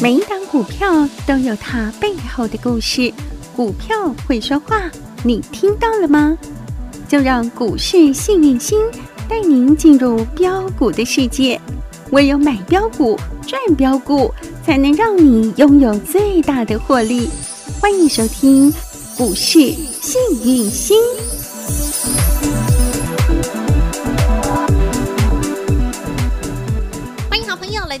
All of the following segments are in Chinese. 每一档股票都有它背后的故事，股票会说话，你听到了吗？就让股市幸运星带您进入标股的世界，唯有买标股、赚标股，才能让你拥有最大的获利。欢迎收听股市幸运星。欢迎好朋友来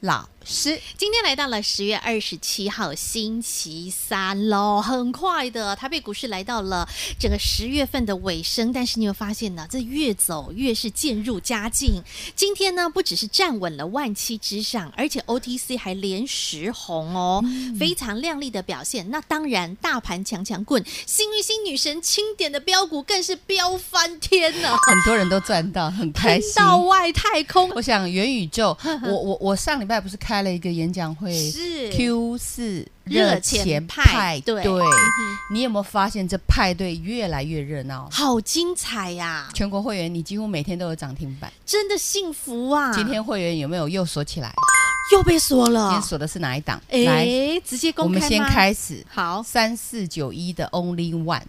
老师。今天来到了十月二十七号星期三喽，很快的，台北股市来到了整个十月份的尾声，但是你有发现呢，这越走越是渐入佳境。今天呢，不只是站稳了万七之上，而且 OTC 还连十红哦，非常亮丽的表现。那当然，大盘强强棍，幸运星女神钦点的标股更是飙翻天呢，很多人都赚到，很开喷心。到外太空。我想元 宇宙，我我我上礼拜不是开了一个演讲会是，Q 四热热钱钱派派对对嗯你有没有发现这派对越来越热闹？好精彩呀、全国会员，你几乎每天都有涨停板。真的幸福啊！今天会员有没有又锁起来？又被说今了天，锁的是哪一档？来，哎，直接公我开们先吗。开始。好，三四九一的 Only One，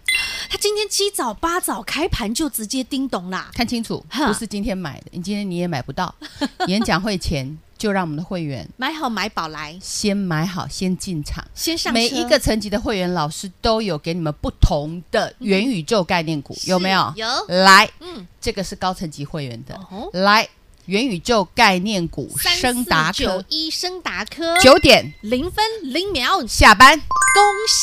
他今天七早八早开盘就直接叮咚啦，看清楚，哈不是今天买的，你今天你也买不到。 演讲会前就让我们的会员买好买宝来，先买好，先进场。先上车每一个层级的会员老师都有给你们不同的元宇宙概念股，有没有嗯是？有，来，嗯，这个是高层级会员的哦。吼，来，元宇宙概念股，三升达四九科一升达科九点零分零秒，恭下班。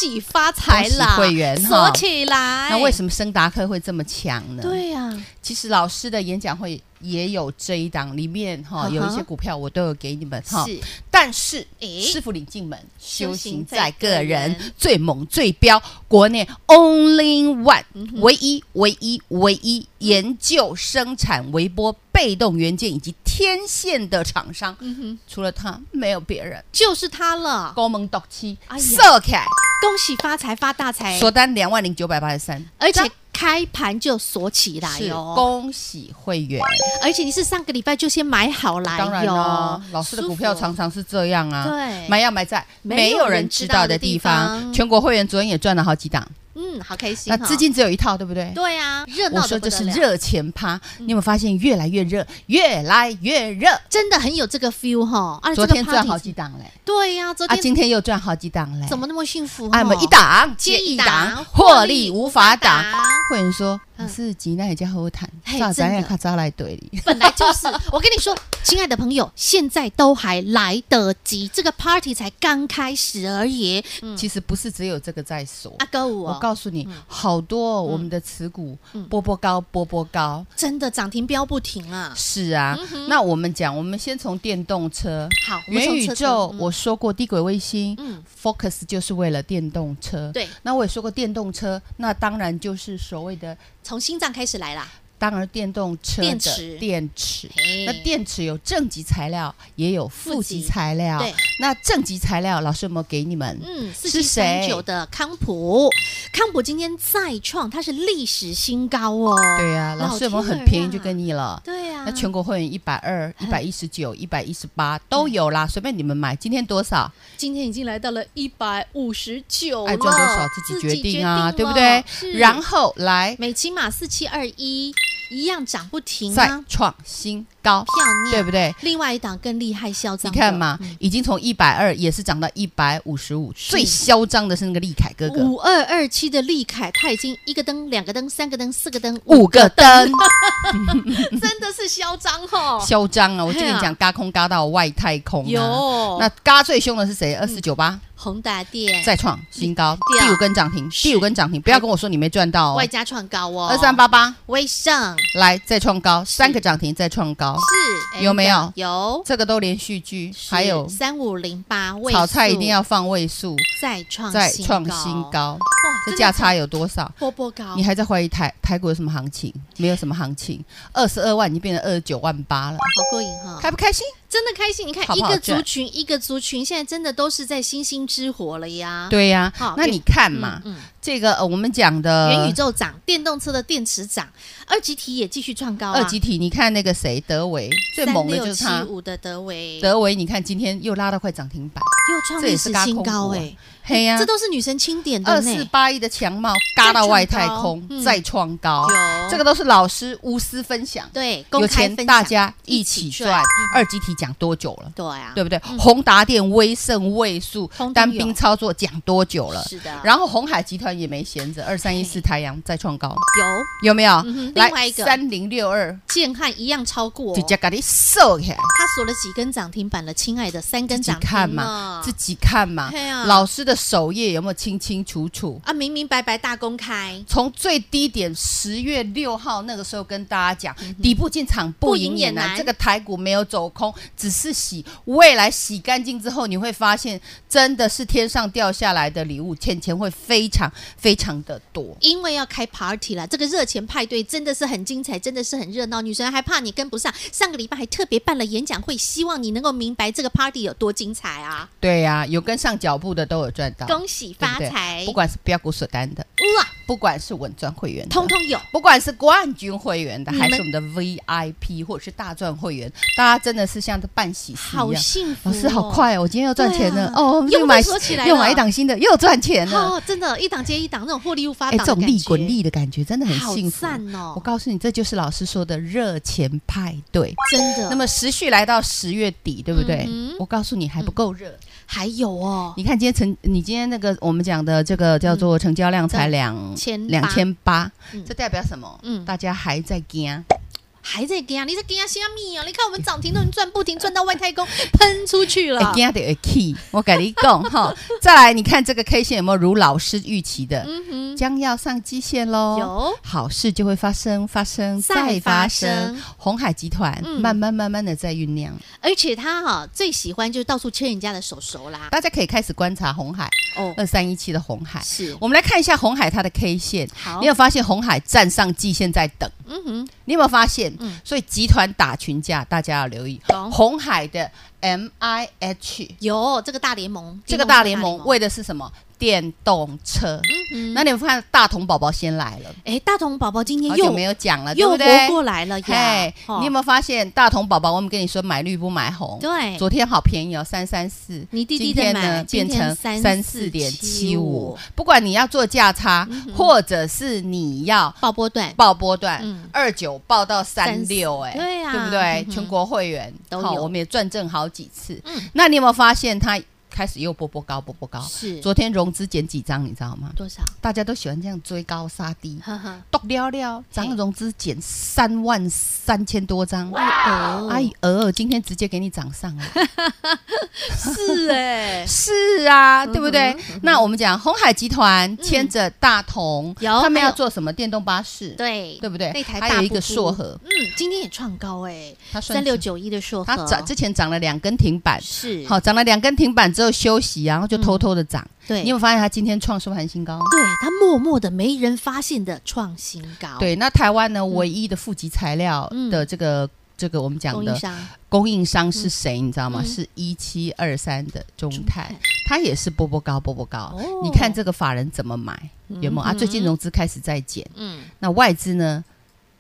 喜发财啦！恭喜会员锁哈起来，那为什么升达科会这么强呢？哎对啊呀，其实老师的演讲会也有这一档，里面哈、嗯哼有一些股票我都有给你们哈。是但是诶师傅领进门，修修行行在在个个人人，最猛最标，国内 only one，、唯嗯一唯一唯一研究生产微波被动元件以及天线的厂商，嗯除了他没有别人。就是它了，高门独七哎，呀哎色凯恭喜发财发大财，锁单两万零九百八十三，而且开盘就锁起来是哦。恭喜会员。而且你是上个礼拜就先买好来哟，当然啦，老师的股票舒服常常是这样啊，对买要买在没没有有人人知知道道的的地地方方。全国会员昨天也赚了好几档，嗯，好开心、哦。那资金只有一套，对不对？对啊，热我闹说的这不得是了，嗯热钱趴，你有没有发现越来越热，越来越热？真的很有这个 feel 哈、啊，昨这个天赚 party 好几档嘞，对呀、昨啊，天、今天又赚好几档嘞，怎么那么幸福、哦？啊？我们一档接一档，获利无法挡。会员说：“嗯你是吉奈家和谈，嘿咋真咱的嗯俩卡扎来对里。”本来就是， 我跟你说，亲爱的朋友，现在都还来得及，这个 party 才刚开始而已。嗯，其实不是只有这个在锁，阿哥五、我哦，告诉你，好多、哦、我们的持股嗯波波高，波波高。真的涨停标不停啊！是啊，那我们讲，我们先从电动车、好，我们元从宇车子宙，嗯我说过低轨卫星、嗯 focus 就是为了电动车。对，那我也说过电动车，那当然就是所谓的，从心脏开始来啦。当然电动车的电池电池。嘿那电池有正极材料，也有负负极极材料。对，那正极材料，老师有没有给你们？嗯，四七是三谁九的康普，康普今天再创，它是历史新高哦。对呀、啊，老师有没有老天儿很啊便宜就跟你了？对啊，嗯那全国会员一百二、一百一十九、一百一十八都有啦，随便你们买。今天多少，今天已经来到了一百五十九，爱赚多少自己决定啊，对不对是？然后来美琪玛四七二一一样涨不停再啊，创新高，漂亮，对不对？另外一档更厉害，嚣你张的，看嘛，嗯已经从一百二也是涨到一百五十五，最嚣张的是那个利凯哥哥，五二二七的利凯，它已经一个灯、两个灯、三个灯、四个灯、五个灯，个，真的是嚣 张哦。嚣张啊！我嘿啊就跟你讲，嘎空嘎到外太空啊！有那嘎最凶的是谁？二四九八宏达电再创新高，对啊第五根涨停，是第五根涨停，不要跟我说你没赚到外哦，加创高哦，二三八八。威盛来再创高，三个涨停再创高，是有没有有，这个都连续剧，还有三五零八位炒菜一定数要放位数，再创再新创高新，高，哇，这真的价差有多少？波波高你，还在怀疑台台股有什么行情？没有什么行情，二十二万已经变成二十九万八了，好过瘾哈！开不开心？真的开心。你看好一不好个赚族群一个族群，现在真的都是在星星之火了呀。对呀、好那别你看嗯，嘛，嗯，这个呃我们讲的元宇宙涨，电动车的电池涨，二级体也继续创高、啊。二级体，你看那个谁，德维最猛的就是他。五的德维德维，你看今天又拉到快涨停板，又创这也历是史嘎新空高股啊哎、嘿呀、这都是女神钦点的二呢。四八一的强茂嘎到外太空，再再创高，嗯有这个都是老师无私分享，对，有公开钱分享大家一起赚。嗯二级体讲多久了？对啊，对不对？宏达电、威盛、位数通通有单兵操作讲多久了？是的。啊然后红海集团也没闲着，二三一四太阳再创高，有有没有嗯哼？来另外一个三零六二建汉一样超过哦、直接给你收起来。他锁了几根涨停板了，亲爱的，三根自己涨停看嘛了，自己看嘛嘿啊。老师的首页有没有清清楚楚？啊，明明白白大公开，从最低点十月六号那个时候跟大家讲，底部进场嗯不赢也不赢也难。难这个台股没有走空，只是洗。未来洗干净之后，你会发现真的是天上掉下来的礼物，钱钱会非常非常的多。因为要开 party 了，这个热钱派对真的是很精彩，真的是很热闹。女神还怕你跟不上，上个礼拜还特别办了演讲会，希望你能够明白这个 party 有多精彩啊！对呀、有跟上脚步的都有赚到，恭喜对不啊发对财，不管是标股锁单的，哇，不管是稳赚会员的，通通有。不管是冠军会员的，你还们是我们的 VIP 或者是大赚会员，大家真的是像在办喜事一好样。幸福、老哦，师好快哦！我今天又赚钱了对啊哦，又又买说起来了又买一档新的，又赚钱了。哦，真的，一档接一档，那种获利无法哎，挡的这种感利觉滚利的感觉真的很好幸福。赞哦我，告诉你，这就是老师说的热钱派对。真的。那么持续来到十月底，对不对嗯哼？我告诉你还不够热。还有哦，你看今天成，你今天那个我们讲的这个叫做成交量才两嗯千两八千八嗯，这代表什么？嗯大家还在惊。还在跟啊，你在跟啊虾米啊？你看我们涨停都能赚不停，赚到外太空喷出去了会。哎惊就会气，我跟你讲哈。再来，你看这个 K 线有没有如老师预期的，嗯将要上基线哼，喽？有好事就会发生，发生再再发发生生。红海集团嗯慢慢慢慢的在酝酿，而且他哈、最喜欢就是到处牵人家的手手啦。大家可以开始观察红海哦，二三一七的红海。是我们来看一下红海它的 K 线，好哦你，有发现红海站上季线在等？嗯哼，你有没有发现？嗯所以集团打群架，大家要留意懂。红海的 MIH 有这个大联盟，这个大联盟为的是什么？电动车。嗯哼，那你们看，大同宝宝先来了，哎，大同宝宝今天好久又没有讲了，对又不活对？过来了呀嘿，哦你有没有发现大同宝宝？我们跟你说买绿不买红，对昨天好便宜哦，三三四。你弟弟今的天买呢，变成三四点七五34.75，不管你要做价差，嗯或者是你要爆波段报波段嗯，二九报到三六， 30哎，对啊对不嗯对哼？全国会员都好有我们也转正好几次嗯。那你有没有发现它开始又波波高，波波高？是昨天融资减几张，你知道吗？多少？大家都喜欢这样追高杀低，呵呵，剁了了，涨融资减三万三千多张。哦，哎，鹅儿今天直接给你涨上 来，是 哎，是啊，对不对嗯？那我们讲红海集团牵着大同，嗯有他们还要有做什么？电动巴士，对对不对那？台还大有一布个布硕和，嗯，今天也创高哎，它算三六九一的硕和它涨之前涨了两根停板，是好，涨了两根停板之后休息，然后就偷偷的涨。嗯对，你有没有发现它今天创收盘新高？对它默默的没人发现的创新高，，对，那台湾呢，唯一的负极材料嗯的这个这个我们讲供的应商供应商是谁？你知道吗？嗯是一七二三的中中泰泰，它也是波波高，波波高哦。你看这个法人怎么买？有没有啊？最近融资开始在减，嗯那外资呢？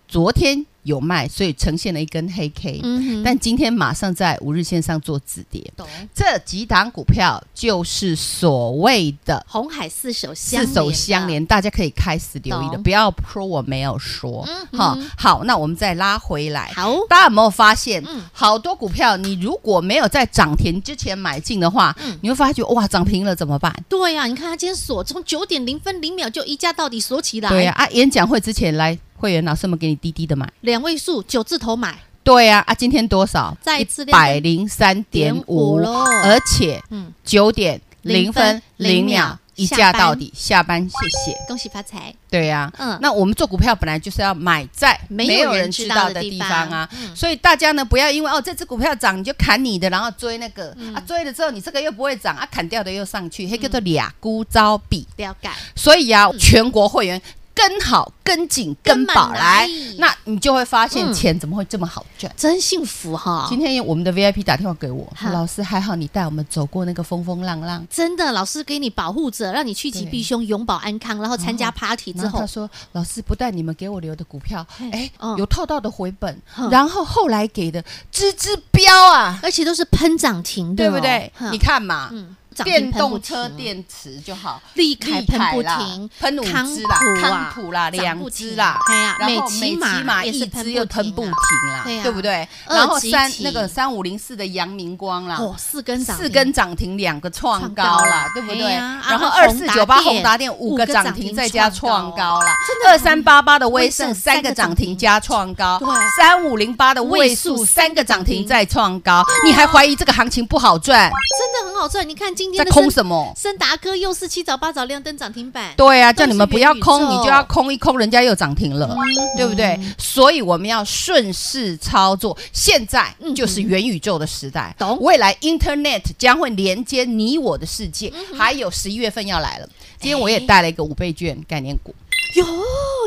昨天有卖，所以呈现了一根黑 K，嗯但今天马上在五日线上做止跌。懂这几档股票就是所谓的红海四手相四手相连，大家可以开始留意的，懂不要说我没有说嗯。哼好，好，那我们再拉回来的，。好， 大家有没有发现，嗯好多股票你如果没有在涨停之前买进的话，嗯你会发觉哇，涨停了怎么办？对呀、你看他今天锁，从九点零分零秒就一价到底锁起来，对呀、啊，演讲会之前来会员老师们给你滴滴的买。两位数九字头买，对呀、啊，今天多少？再次一百零三点五喽，而且嗯，九点零分零零秒秒一下价班到底，下班谢谢。恭喜发财，对呀、嗯那我们做股票本来就是要买在没没有有人人知知道道的的地地方嗯方啊，所以大家呢不要因为哦这只股票涨你就砍你的，然后追那个、嗯啊追了之后你这个又不会涨啊，砍掉的又上去，那叫做俩孤招比。了解，所以啊，全国会员跟好、跟紧、跟跟满饱来来，那你就会发嗯现哦钱怎么会这么好赚。真幸福哈今！天我们的 VIP 打电话给我，哈说老师还好你带我们走过那个风风浪浪。真的，老师给你保护着，让你趋吉对避凶，永保安康。然后参加 party 之哦然后后他，说：“老师，不但你们给我留的股票，嘿哎嗯，有套到的回本哼，然后后来给的只只标啊，而且都是喷涨停的对哦，不对？哈你看嘛，嗯，涨停电喷不动停车电池就好，利凯喷不利凯啦停，啊喷五只啦，康普啦，两只啦。”哎呀，然后骑美马也是一只又喷不停停啊啦，对啊对不对？二然后级三体那个三五零四的阳明光啦，哦，四根涨停，啊四根涨停，两个创高啦创高，对不哎对？呀然后啊二四九八宏宏达达电电五个涨五个涨停停，再加创创高高啦。真二的很三八八的威威盛盛三个涨停加创高对，三五零八的位位数数三三个个涨涨停停再创高，你还怀疑这个行情不好赚，真的很好赚。你看今天在的空森什么？森达哥又是七早八早亮灯涨停板，对啊，都是叫你们不要空，元宇宙嗯你就要空一空，人家又涨停了，对不对？所以我们要顺势操作。现在嗯就是元宇宙的时代，懂未来 Internet 将会连接你我的世界。嗯还有十一月份要来了，今天我也带了一个五倍券概念股，哟，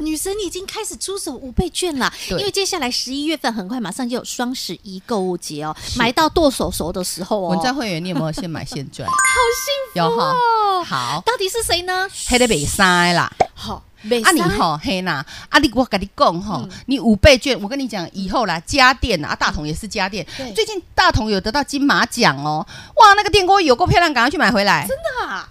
女神你已经开始出手五倍券了，因对为接下来十一月份很快马上就有双十一购物节哦，买到剁手手的时候哦，文章会员你有没有现买现赚？ 好幸有福哈哦。好，到底是谁呢？黑的北塞啦。好，美啊你三嗯吼嘿啦，啊你我跟你讲吼，你五倍券，我跟你讲以后啦，家电啦，啊大同也是家电对，最近大同有得到金马奖哦，哇那个电锅有够漂亮，赶快去买回啊来。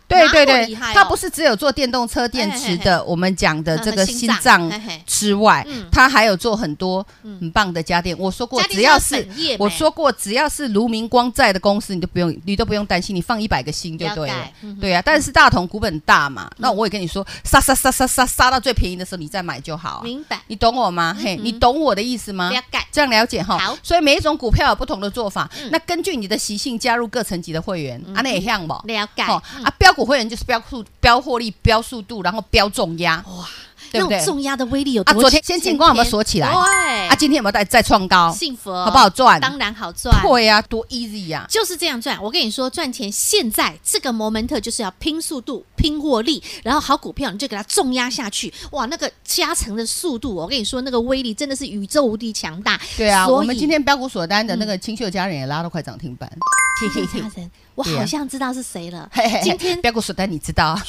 对对哪有对厉害哦，它不是只有做电动车电池的，我们讲的这个心脏嘿嘿之外嗯，它还有做很多很棒的家电。我说过家，电只要是是本业我没说过，只要是卢明光在的公司，你都不用你都不用担心，你放一百个心就对了了解嗯哼。嗯对啊，但是大同股本大嘛，那我也跟你说，杀杀杀杀杀杀到最便宜的时候，你再买就好啊。明白，你懂我吗？嘿，你懂我的意思吗不要？改。这样了解哈好，嗯所以每一种股票有不同的做法，那根据你的习性加入各层级的会员，啊，那也像不？了解，哦嗯啊，标股会员就是标速、标获利、标速度，然后标重压哇，对不对那种重压的威力有多啊。强？昨天先进光有没有锁起来？对啊，今天有没有再再创高？幸福好不好赚哦当然好赚。对呀，多 easy 啊呀！就是这样赚，我跟你说，赚钱现在这个 moment 就是要拼速度、拼获利，然后好股票你就给它重压下去，哇，那个加成的速度，我跟你说，那个威力真的是宇宙无敌强大。对啊，所以嗯我们今天标股锁单的那个清秀佳人也拉到快涨停板， 嘿嘿加嘿成，我对啊好像知道是谁了嘿嘿。今 天标股锁单你知道啊，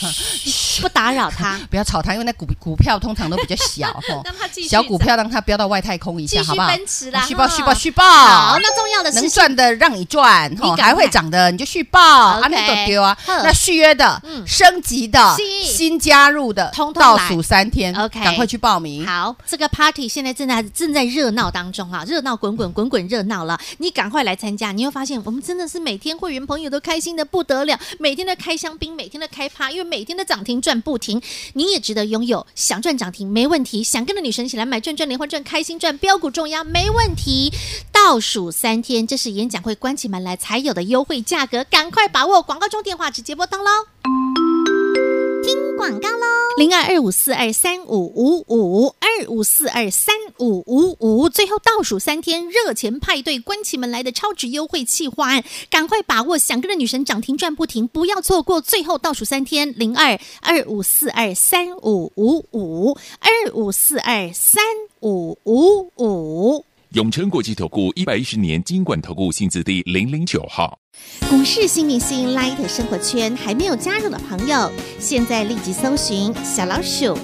不打扰他，不要吵它，因为那股股票通常都比较 小吼，让他继续 小股票让它飙到外太空一继下，续好不好？奔驰啦，续报哈续报续报，好，那重要的能是赚的让你赚，吼，赶快还会涨的你就续报，啊， OK 你都丢啊。呵那续约的嗯、升级的是、新加入的通，通来倒数三天 OK 赶快去报名。好，这个 party 现在正在正在热闹当中啊，热闹滚滚，滚滚热闹了，你赶快来参加，你会发现我们真的是每天会员朋友都开心的不得了，每天的开香槟，每天的开趴，因为每天的涨停赚不停，你也值得拥有。想赚涨停没问题，想跟着女神一起来买赚赚连环赚，开心赚标股重压没问题。倒数三天，这是演讲会关起门来才有的优惠价格，赶快把握！广告中电话直接拨通喽。广告喽，零二二五四二三五五五二五四二三五五五，最后倒数三天热钱派对，关起门来的超值优惠企划案，赶快把握！想跟着女神涨停赚不停，不要错过最后倒数三天，零二二五四二三五五五二五四二三五五五。永诚国际投顾一百一十年金管投顾性质第零零九号。股市新明星 Light 生活圈还没有加入的朋友，现在立即搜寻小老鼠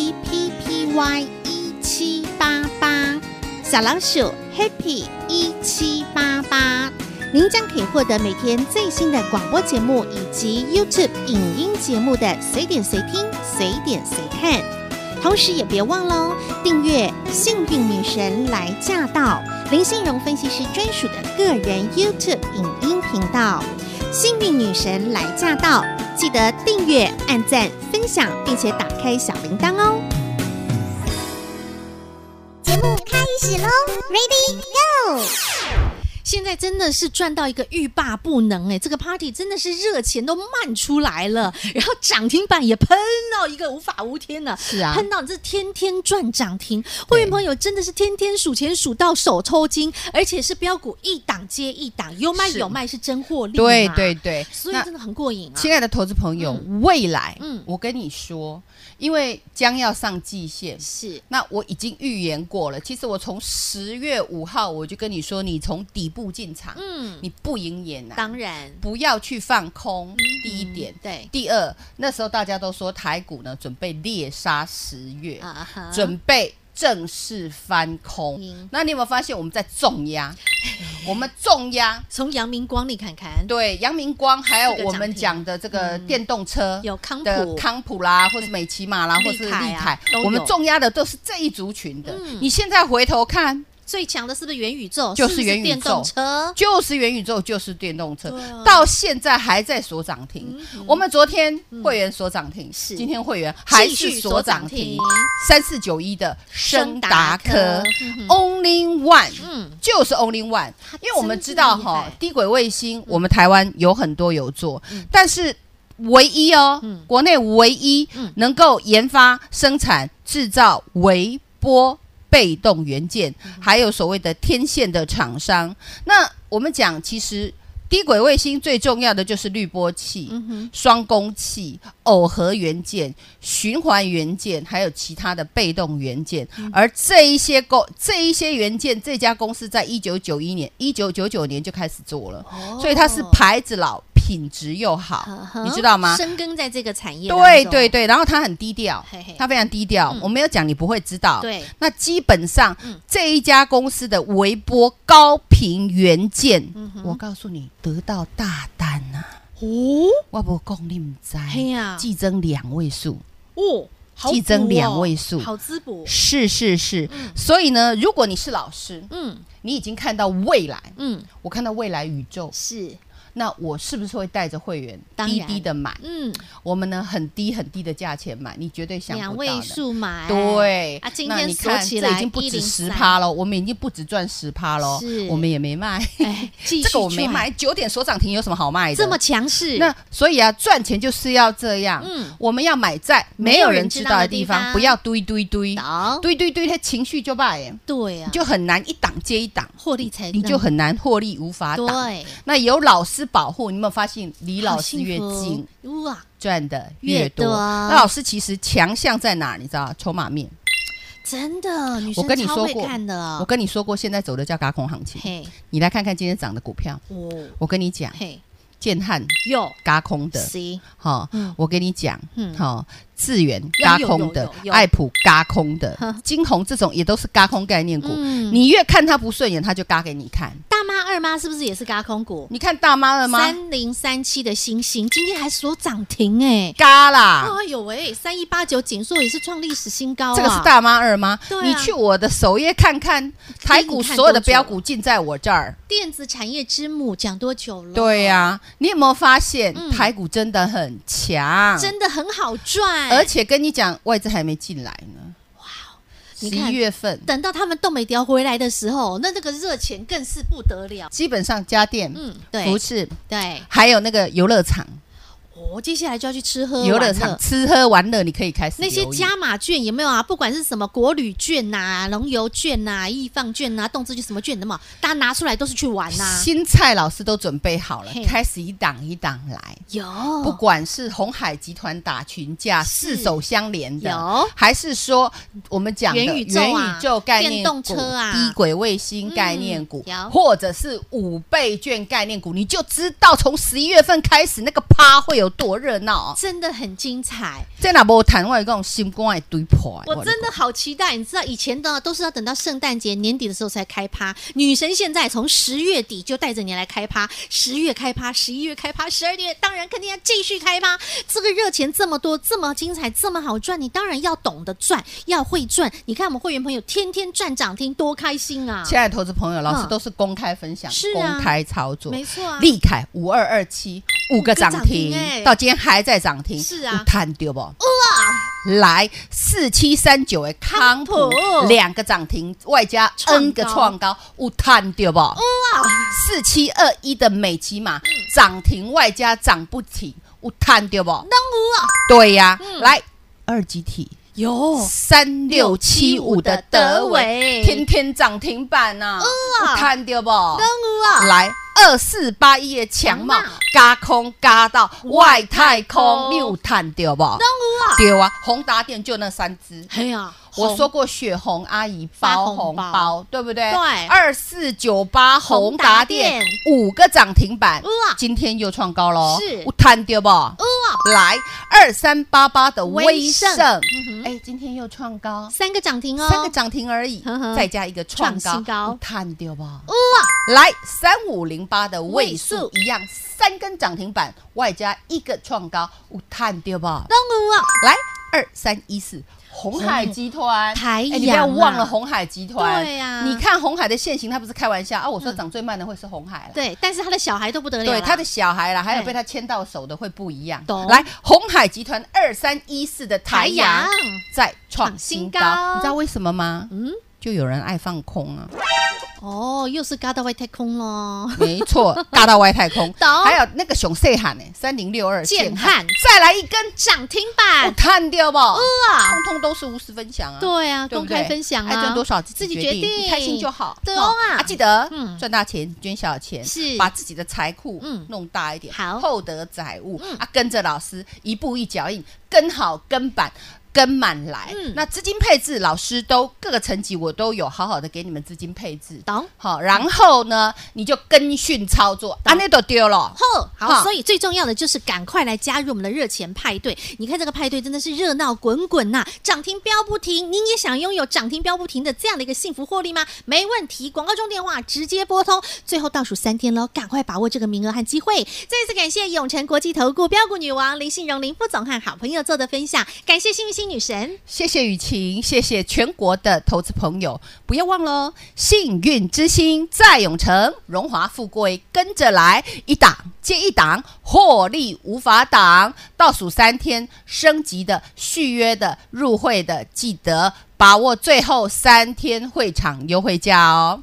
HAPPY 一七八八，小老鼠 Happy 一七八八，您将可以获得每天最新的广播节目以及 YouTube 影音节目的随点随听、随点随看。同时也别忘喽，订阅《幸运女神来驾到》林信荣分析师专属的个人 YouTube 影音频道《幸运女神来驾到》，记得订阅、按赞、分享，并且打开小铃铛哦。节目开始喽，Ready Go！现在真的是赚到一个欲罢不能哎、这个 party 真的是热钱都漫出来了，然后涨停板也喷到一个无法无天了，是啊喷到你这天天赚涨停，会员朋友真的是天天数钱数到手抽筋，而且是标股一档接一档，有买是有卖是真获利，对对，对，所以那真的很过瘾啊，亲爱的投资朋友，未来，嗯嗯，我跟你说，因为将要上季线，是那我已经预言过了。其实我从十月五号我就跟你说，你从底部进场，嗯，你不赢也难，当然不要去放嗯空。第一点，对第二，那时候大家都说台股呢准备猎杀十月，啊哈，准备正式翻空嗯。那你有没有发现我们在重压？ 我们重压。从阳明光里看看，对，阳明光，还有这个我涨们停讲的这个电动车，有康的普康普 啦，或是美骑马啦，利或是利凯啊凯都，有我们重压的都是这一族群的嗯。你现在回头看，最强的是不是元宇宙？就是不元宇宙电动车，就是元宇宙，就是电动车对啊，嗯到现在还在锁涨停。我们昨天会员锁涨停，是今天会员还继续是锁锁涨涨停停。三四九一的升升达达科科嗯，Only One。嗯，就是 only one，它因为我们知道哈真的厉害，低轨卫星我们台湾有很多有做，但是唯一哦嗯，国内唯一嗯能够研发、生产、制造微波被动元件，嗯还有所谓的天线的厂商。那我们讲，其实低轨卫星最重要的就是滤波器。嗯哼，双工器、耦合元件、循环元件，还有其他的被动元件。嗯而这一些公这一些元件，这家公司在一九九一年、一九九九年就开始做了，所以它是牌子老、品质又好，哦你知道吗？深耕在这个产业当中，对对对，然后它很低调嘿嘿，嗯它非常低调。我没有讲，你不会知道。对，那基本上嗯这一家公司的微波高频元件，嗯我告诉你，得到大单呐。哦我不讲你唔知嘿呀，季增两位数，哦，好季增补哦两位数好滋补，是是是。所以呢，如果你是老师，嗯你已经看到未来，嗯，我看到未来宇宙，是，那我是不是会带着会员当低然低的买？嗯，我们呢很低很低的价钱买，你绝对想两不位到的。数买，对啊，今那天你锁看，这起已来经不止十103趴，了，我们已经不止赚十趴了是，我们也没卖， 哎，继续这个我没赚，买，九点所涨停有什么好卖的？这么强势，那所以啊，赚钱就是要这样。嗯我们要买在没没有有人人知知道道的的地地方方，不要堆堆堆懂，堆堆堆，他情绪就败耶，对啊你，就很难一档接一档，获利才你就能很难获利无法挡。哎对，那有老师保护，你有没有发现离好老师幸越福近，哇，赚的越越多？多那老师其实强项在哪？你知道，筹码面。真的，女我生跟你超说会过看的我哦，跟你说过，现在走的叫嘎空行情。嘿，你来看看今天涨的股票，哦，我跟你讲，嘿，建汉有嘎空的， C，好、嗯我跟你讲嗯，好、智源嘎空有的有有有，爱普嘎空的呵，金红这种也都是嘎空概念股。嗯你越看它不顺眼，它就嘎给你看。大妈二妈是不是也是嘎空股？你看大妈了吗？三零三七的星星今天还锁涨停哎、嘎啦，哎呦喂，三一八九紧缩也是创历史新高、啊，啊这个是大妈二妈。对啊你去我的首页看看，台股所有的标股尽在我这儿。电子产业之母，讲多久了？对、呀、你有没有发现、嗯台股真的很强？真的很好赚，啊而且跟你讲，外资还没进来呢。哇，十哦你看一月份等到他们冻美雕回来的时候，那那个热钱更是不得了。基本上家电、嗯，对服饰对，还有那个游乐场。哦，接下来就要去吃喝游乐玩场。吃喝玩乐，你可以开始那些留意加码券有没有啊？不管是什么国旅券呐、龙游券呐、易放券呐、动资券什么券的嘛，大家拿出来都是去玩呐、新菜老师都准备好了啊嘿，开始一档一档来。有不管是红海集团打群架，哦是四手相连的有，还是说我们讲的元宇宙啊宇宙概念股、电动车啊低轨卫星概念股，嗯有或者是五倍券概念股，你就知道从十一月份开始那个趴会有多热闹。哦真的很精彩。在哪波谈外讲心肝会堆破，我真的好期待，你知道以前的都是要等到圣诞节年底的时候才开趴，女神现在从十月底就带着你来开趴，十月开趴，十一月开趴，十二月当然肯定要继续开趴。这个热钱这么多，这么精彩，这么好赚，你当然要懂得赚，要会赚。你看我们会员朋友天天赚涨停，多开心啊！亲爱的投资朋友，老师嗯都是公开分享、是啊公开操作，没错啊，利凯五二二七五个涨五个涨停停欸，到今天还在涨停，是啊啊有探丢不？哇！来四七三九的康普康普两个涨停，外加创高啊 N 个创高，有探对不？哇！四七二一的美骑嗯马涨停，外加涨不停，有探对不？啊对呀、嗯来二级体。哦有三六七五的德德伟伟，天天涨停板呐、啊，有看到有不？啊来二四八一的强茂强茂，加空加到外太空空，你有看到不？有啊，对啊，宏达电就那三只。嘿呀，我红说过雪红阿姨发包红红包包，对不对？对二四九八宏达宏店达电五个涨停板哇，今天又创高喽，是有探到不？来二三八八的威威盛盛嗯哼，哎，今天又创高，三个涨停哦，三个涨停而已呵呵，再加一个创创新高高，探掉吧？来三五零八的位位数数一样，三根涨停板，外加一个创高，有探掉吧？当有啊，来二三一四。红海集团，台哎阳啊你不要忘了红海集团。对呀嗯你看红海的现形，它不是开玩笑啊！我说涨最慢的会是红海啦，对，但是他的小孩都不得了啊啦，对他的小孩啦，还有哎被他牵到手的会不一样懂。来，红海集团二三一四的台阳台阳在创新创新高高，你知道为什么吗？嗯，就有人爱放空啊，哦，又是嘎到外太空喽，没错，尬到外太空。懂还有那个熊赛喊呢，三零六二建汉再来一根，涨停我板，探掉不？哇，通通都是无私分享啊。呃啊对啊，对不公对开分享爱啊，赚多少自自己决己决定定，你开心就好。对哦啊记得嗯赚大钱捐小钱，是把自己的财库嗯弄大一点，好嗯厚德载物啊，跟着老师一步一脚印，跟好跟板。跟满来，嗯那资金配置老师都各个层级我都有好好的给你们资金配置，懂好，然后呢你就跟训操作，啊那都丢了，后好，好所以最重要的就是赶快来加入我们的热钱派对。你看这个派对真的是热闹滚滚呐、涨停飙不停。您也想拥有涨停飙不停的这样的一个幸福获利吗？没问题，广告中电话直接拨通。最后倒数三天喽，赶快把握这个名额和机会。再次感谢永诚国际投顾标股女王林信荣林副总和好朋友做的分享，感谢幸运星女神。谢谢雨晴，谢谢全国的投资朋友，不要忘了哦，幸运之星在永城，荣华富贵跟着来，一档接一档，获利无法挡。倒数三天，升级的、续约的、入会的，记得把握最后三天会场优惠价哦。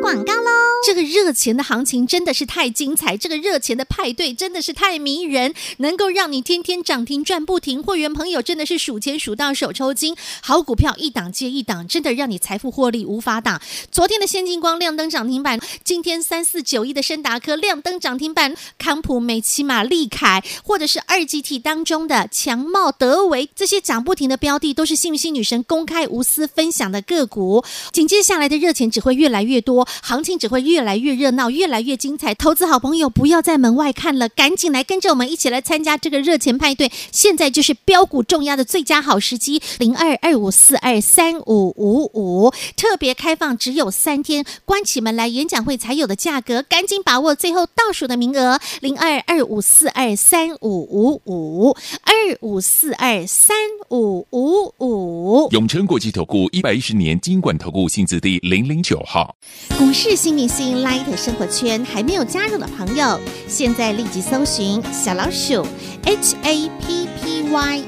广告喽！这个热钱的行情真的是太精彩，这个热钱的派对真的是太迷人，能够让你天天涨停赚不停。会员朋友真的是数钱数到手抽筋，好股票一档接一档，真的让你财富获利无法挡。昨天的先进光亮灯涨停板，今天三四九一的深达科亮灯涨停板，康普、美骑马、利凯，或者是二级体当中的强茂、德维这些涨不停的标的，都是幸运星女神公开无私分享的个股。紧接下来的热钱只会越来越多，行情只会越来越热闹，越来越精彩。投资好朋友不要在门外看了，赶紧来跟着我们一起来参加这个热钱派对。现在就是标股重压的最佳好时机，零二二五四二三五五五，特别开放只有三天，关起门来演讲会才有的价格，赶紧把握最后倒数的名额，零二二五四二三五五五二五四二三五五五。永诚国际投顾一百一十年金管投顾性质第零零九号。股市新明星 Light 生活圈还没有加入的朋友，现在立即搜寻小老鼠 HAPPY 一 E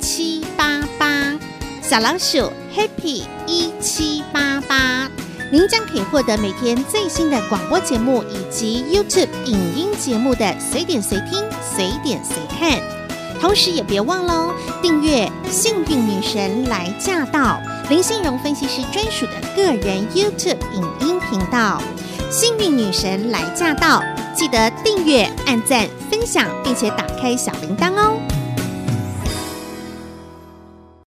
七八八，小老鼠 Happy 一七八八，您将可以获得每天最新的广播节目以及 YouTube 影音节目的随点随听、随点随看。同时也别忘喽，订阅《幸运女神来驾到》林信荣分析师专属的个人 YouTube 影音频道《幸运女神来驾到》，记得订阅、按赞、分享，并且打开小铃铛哦。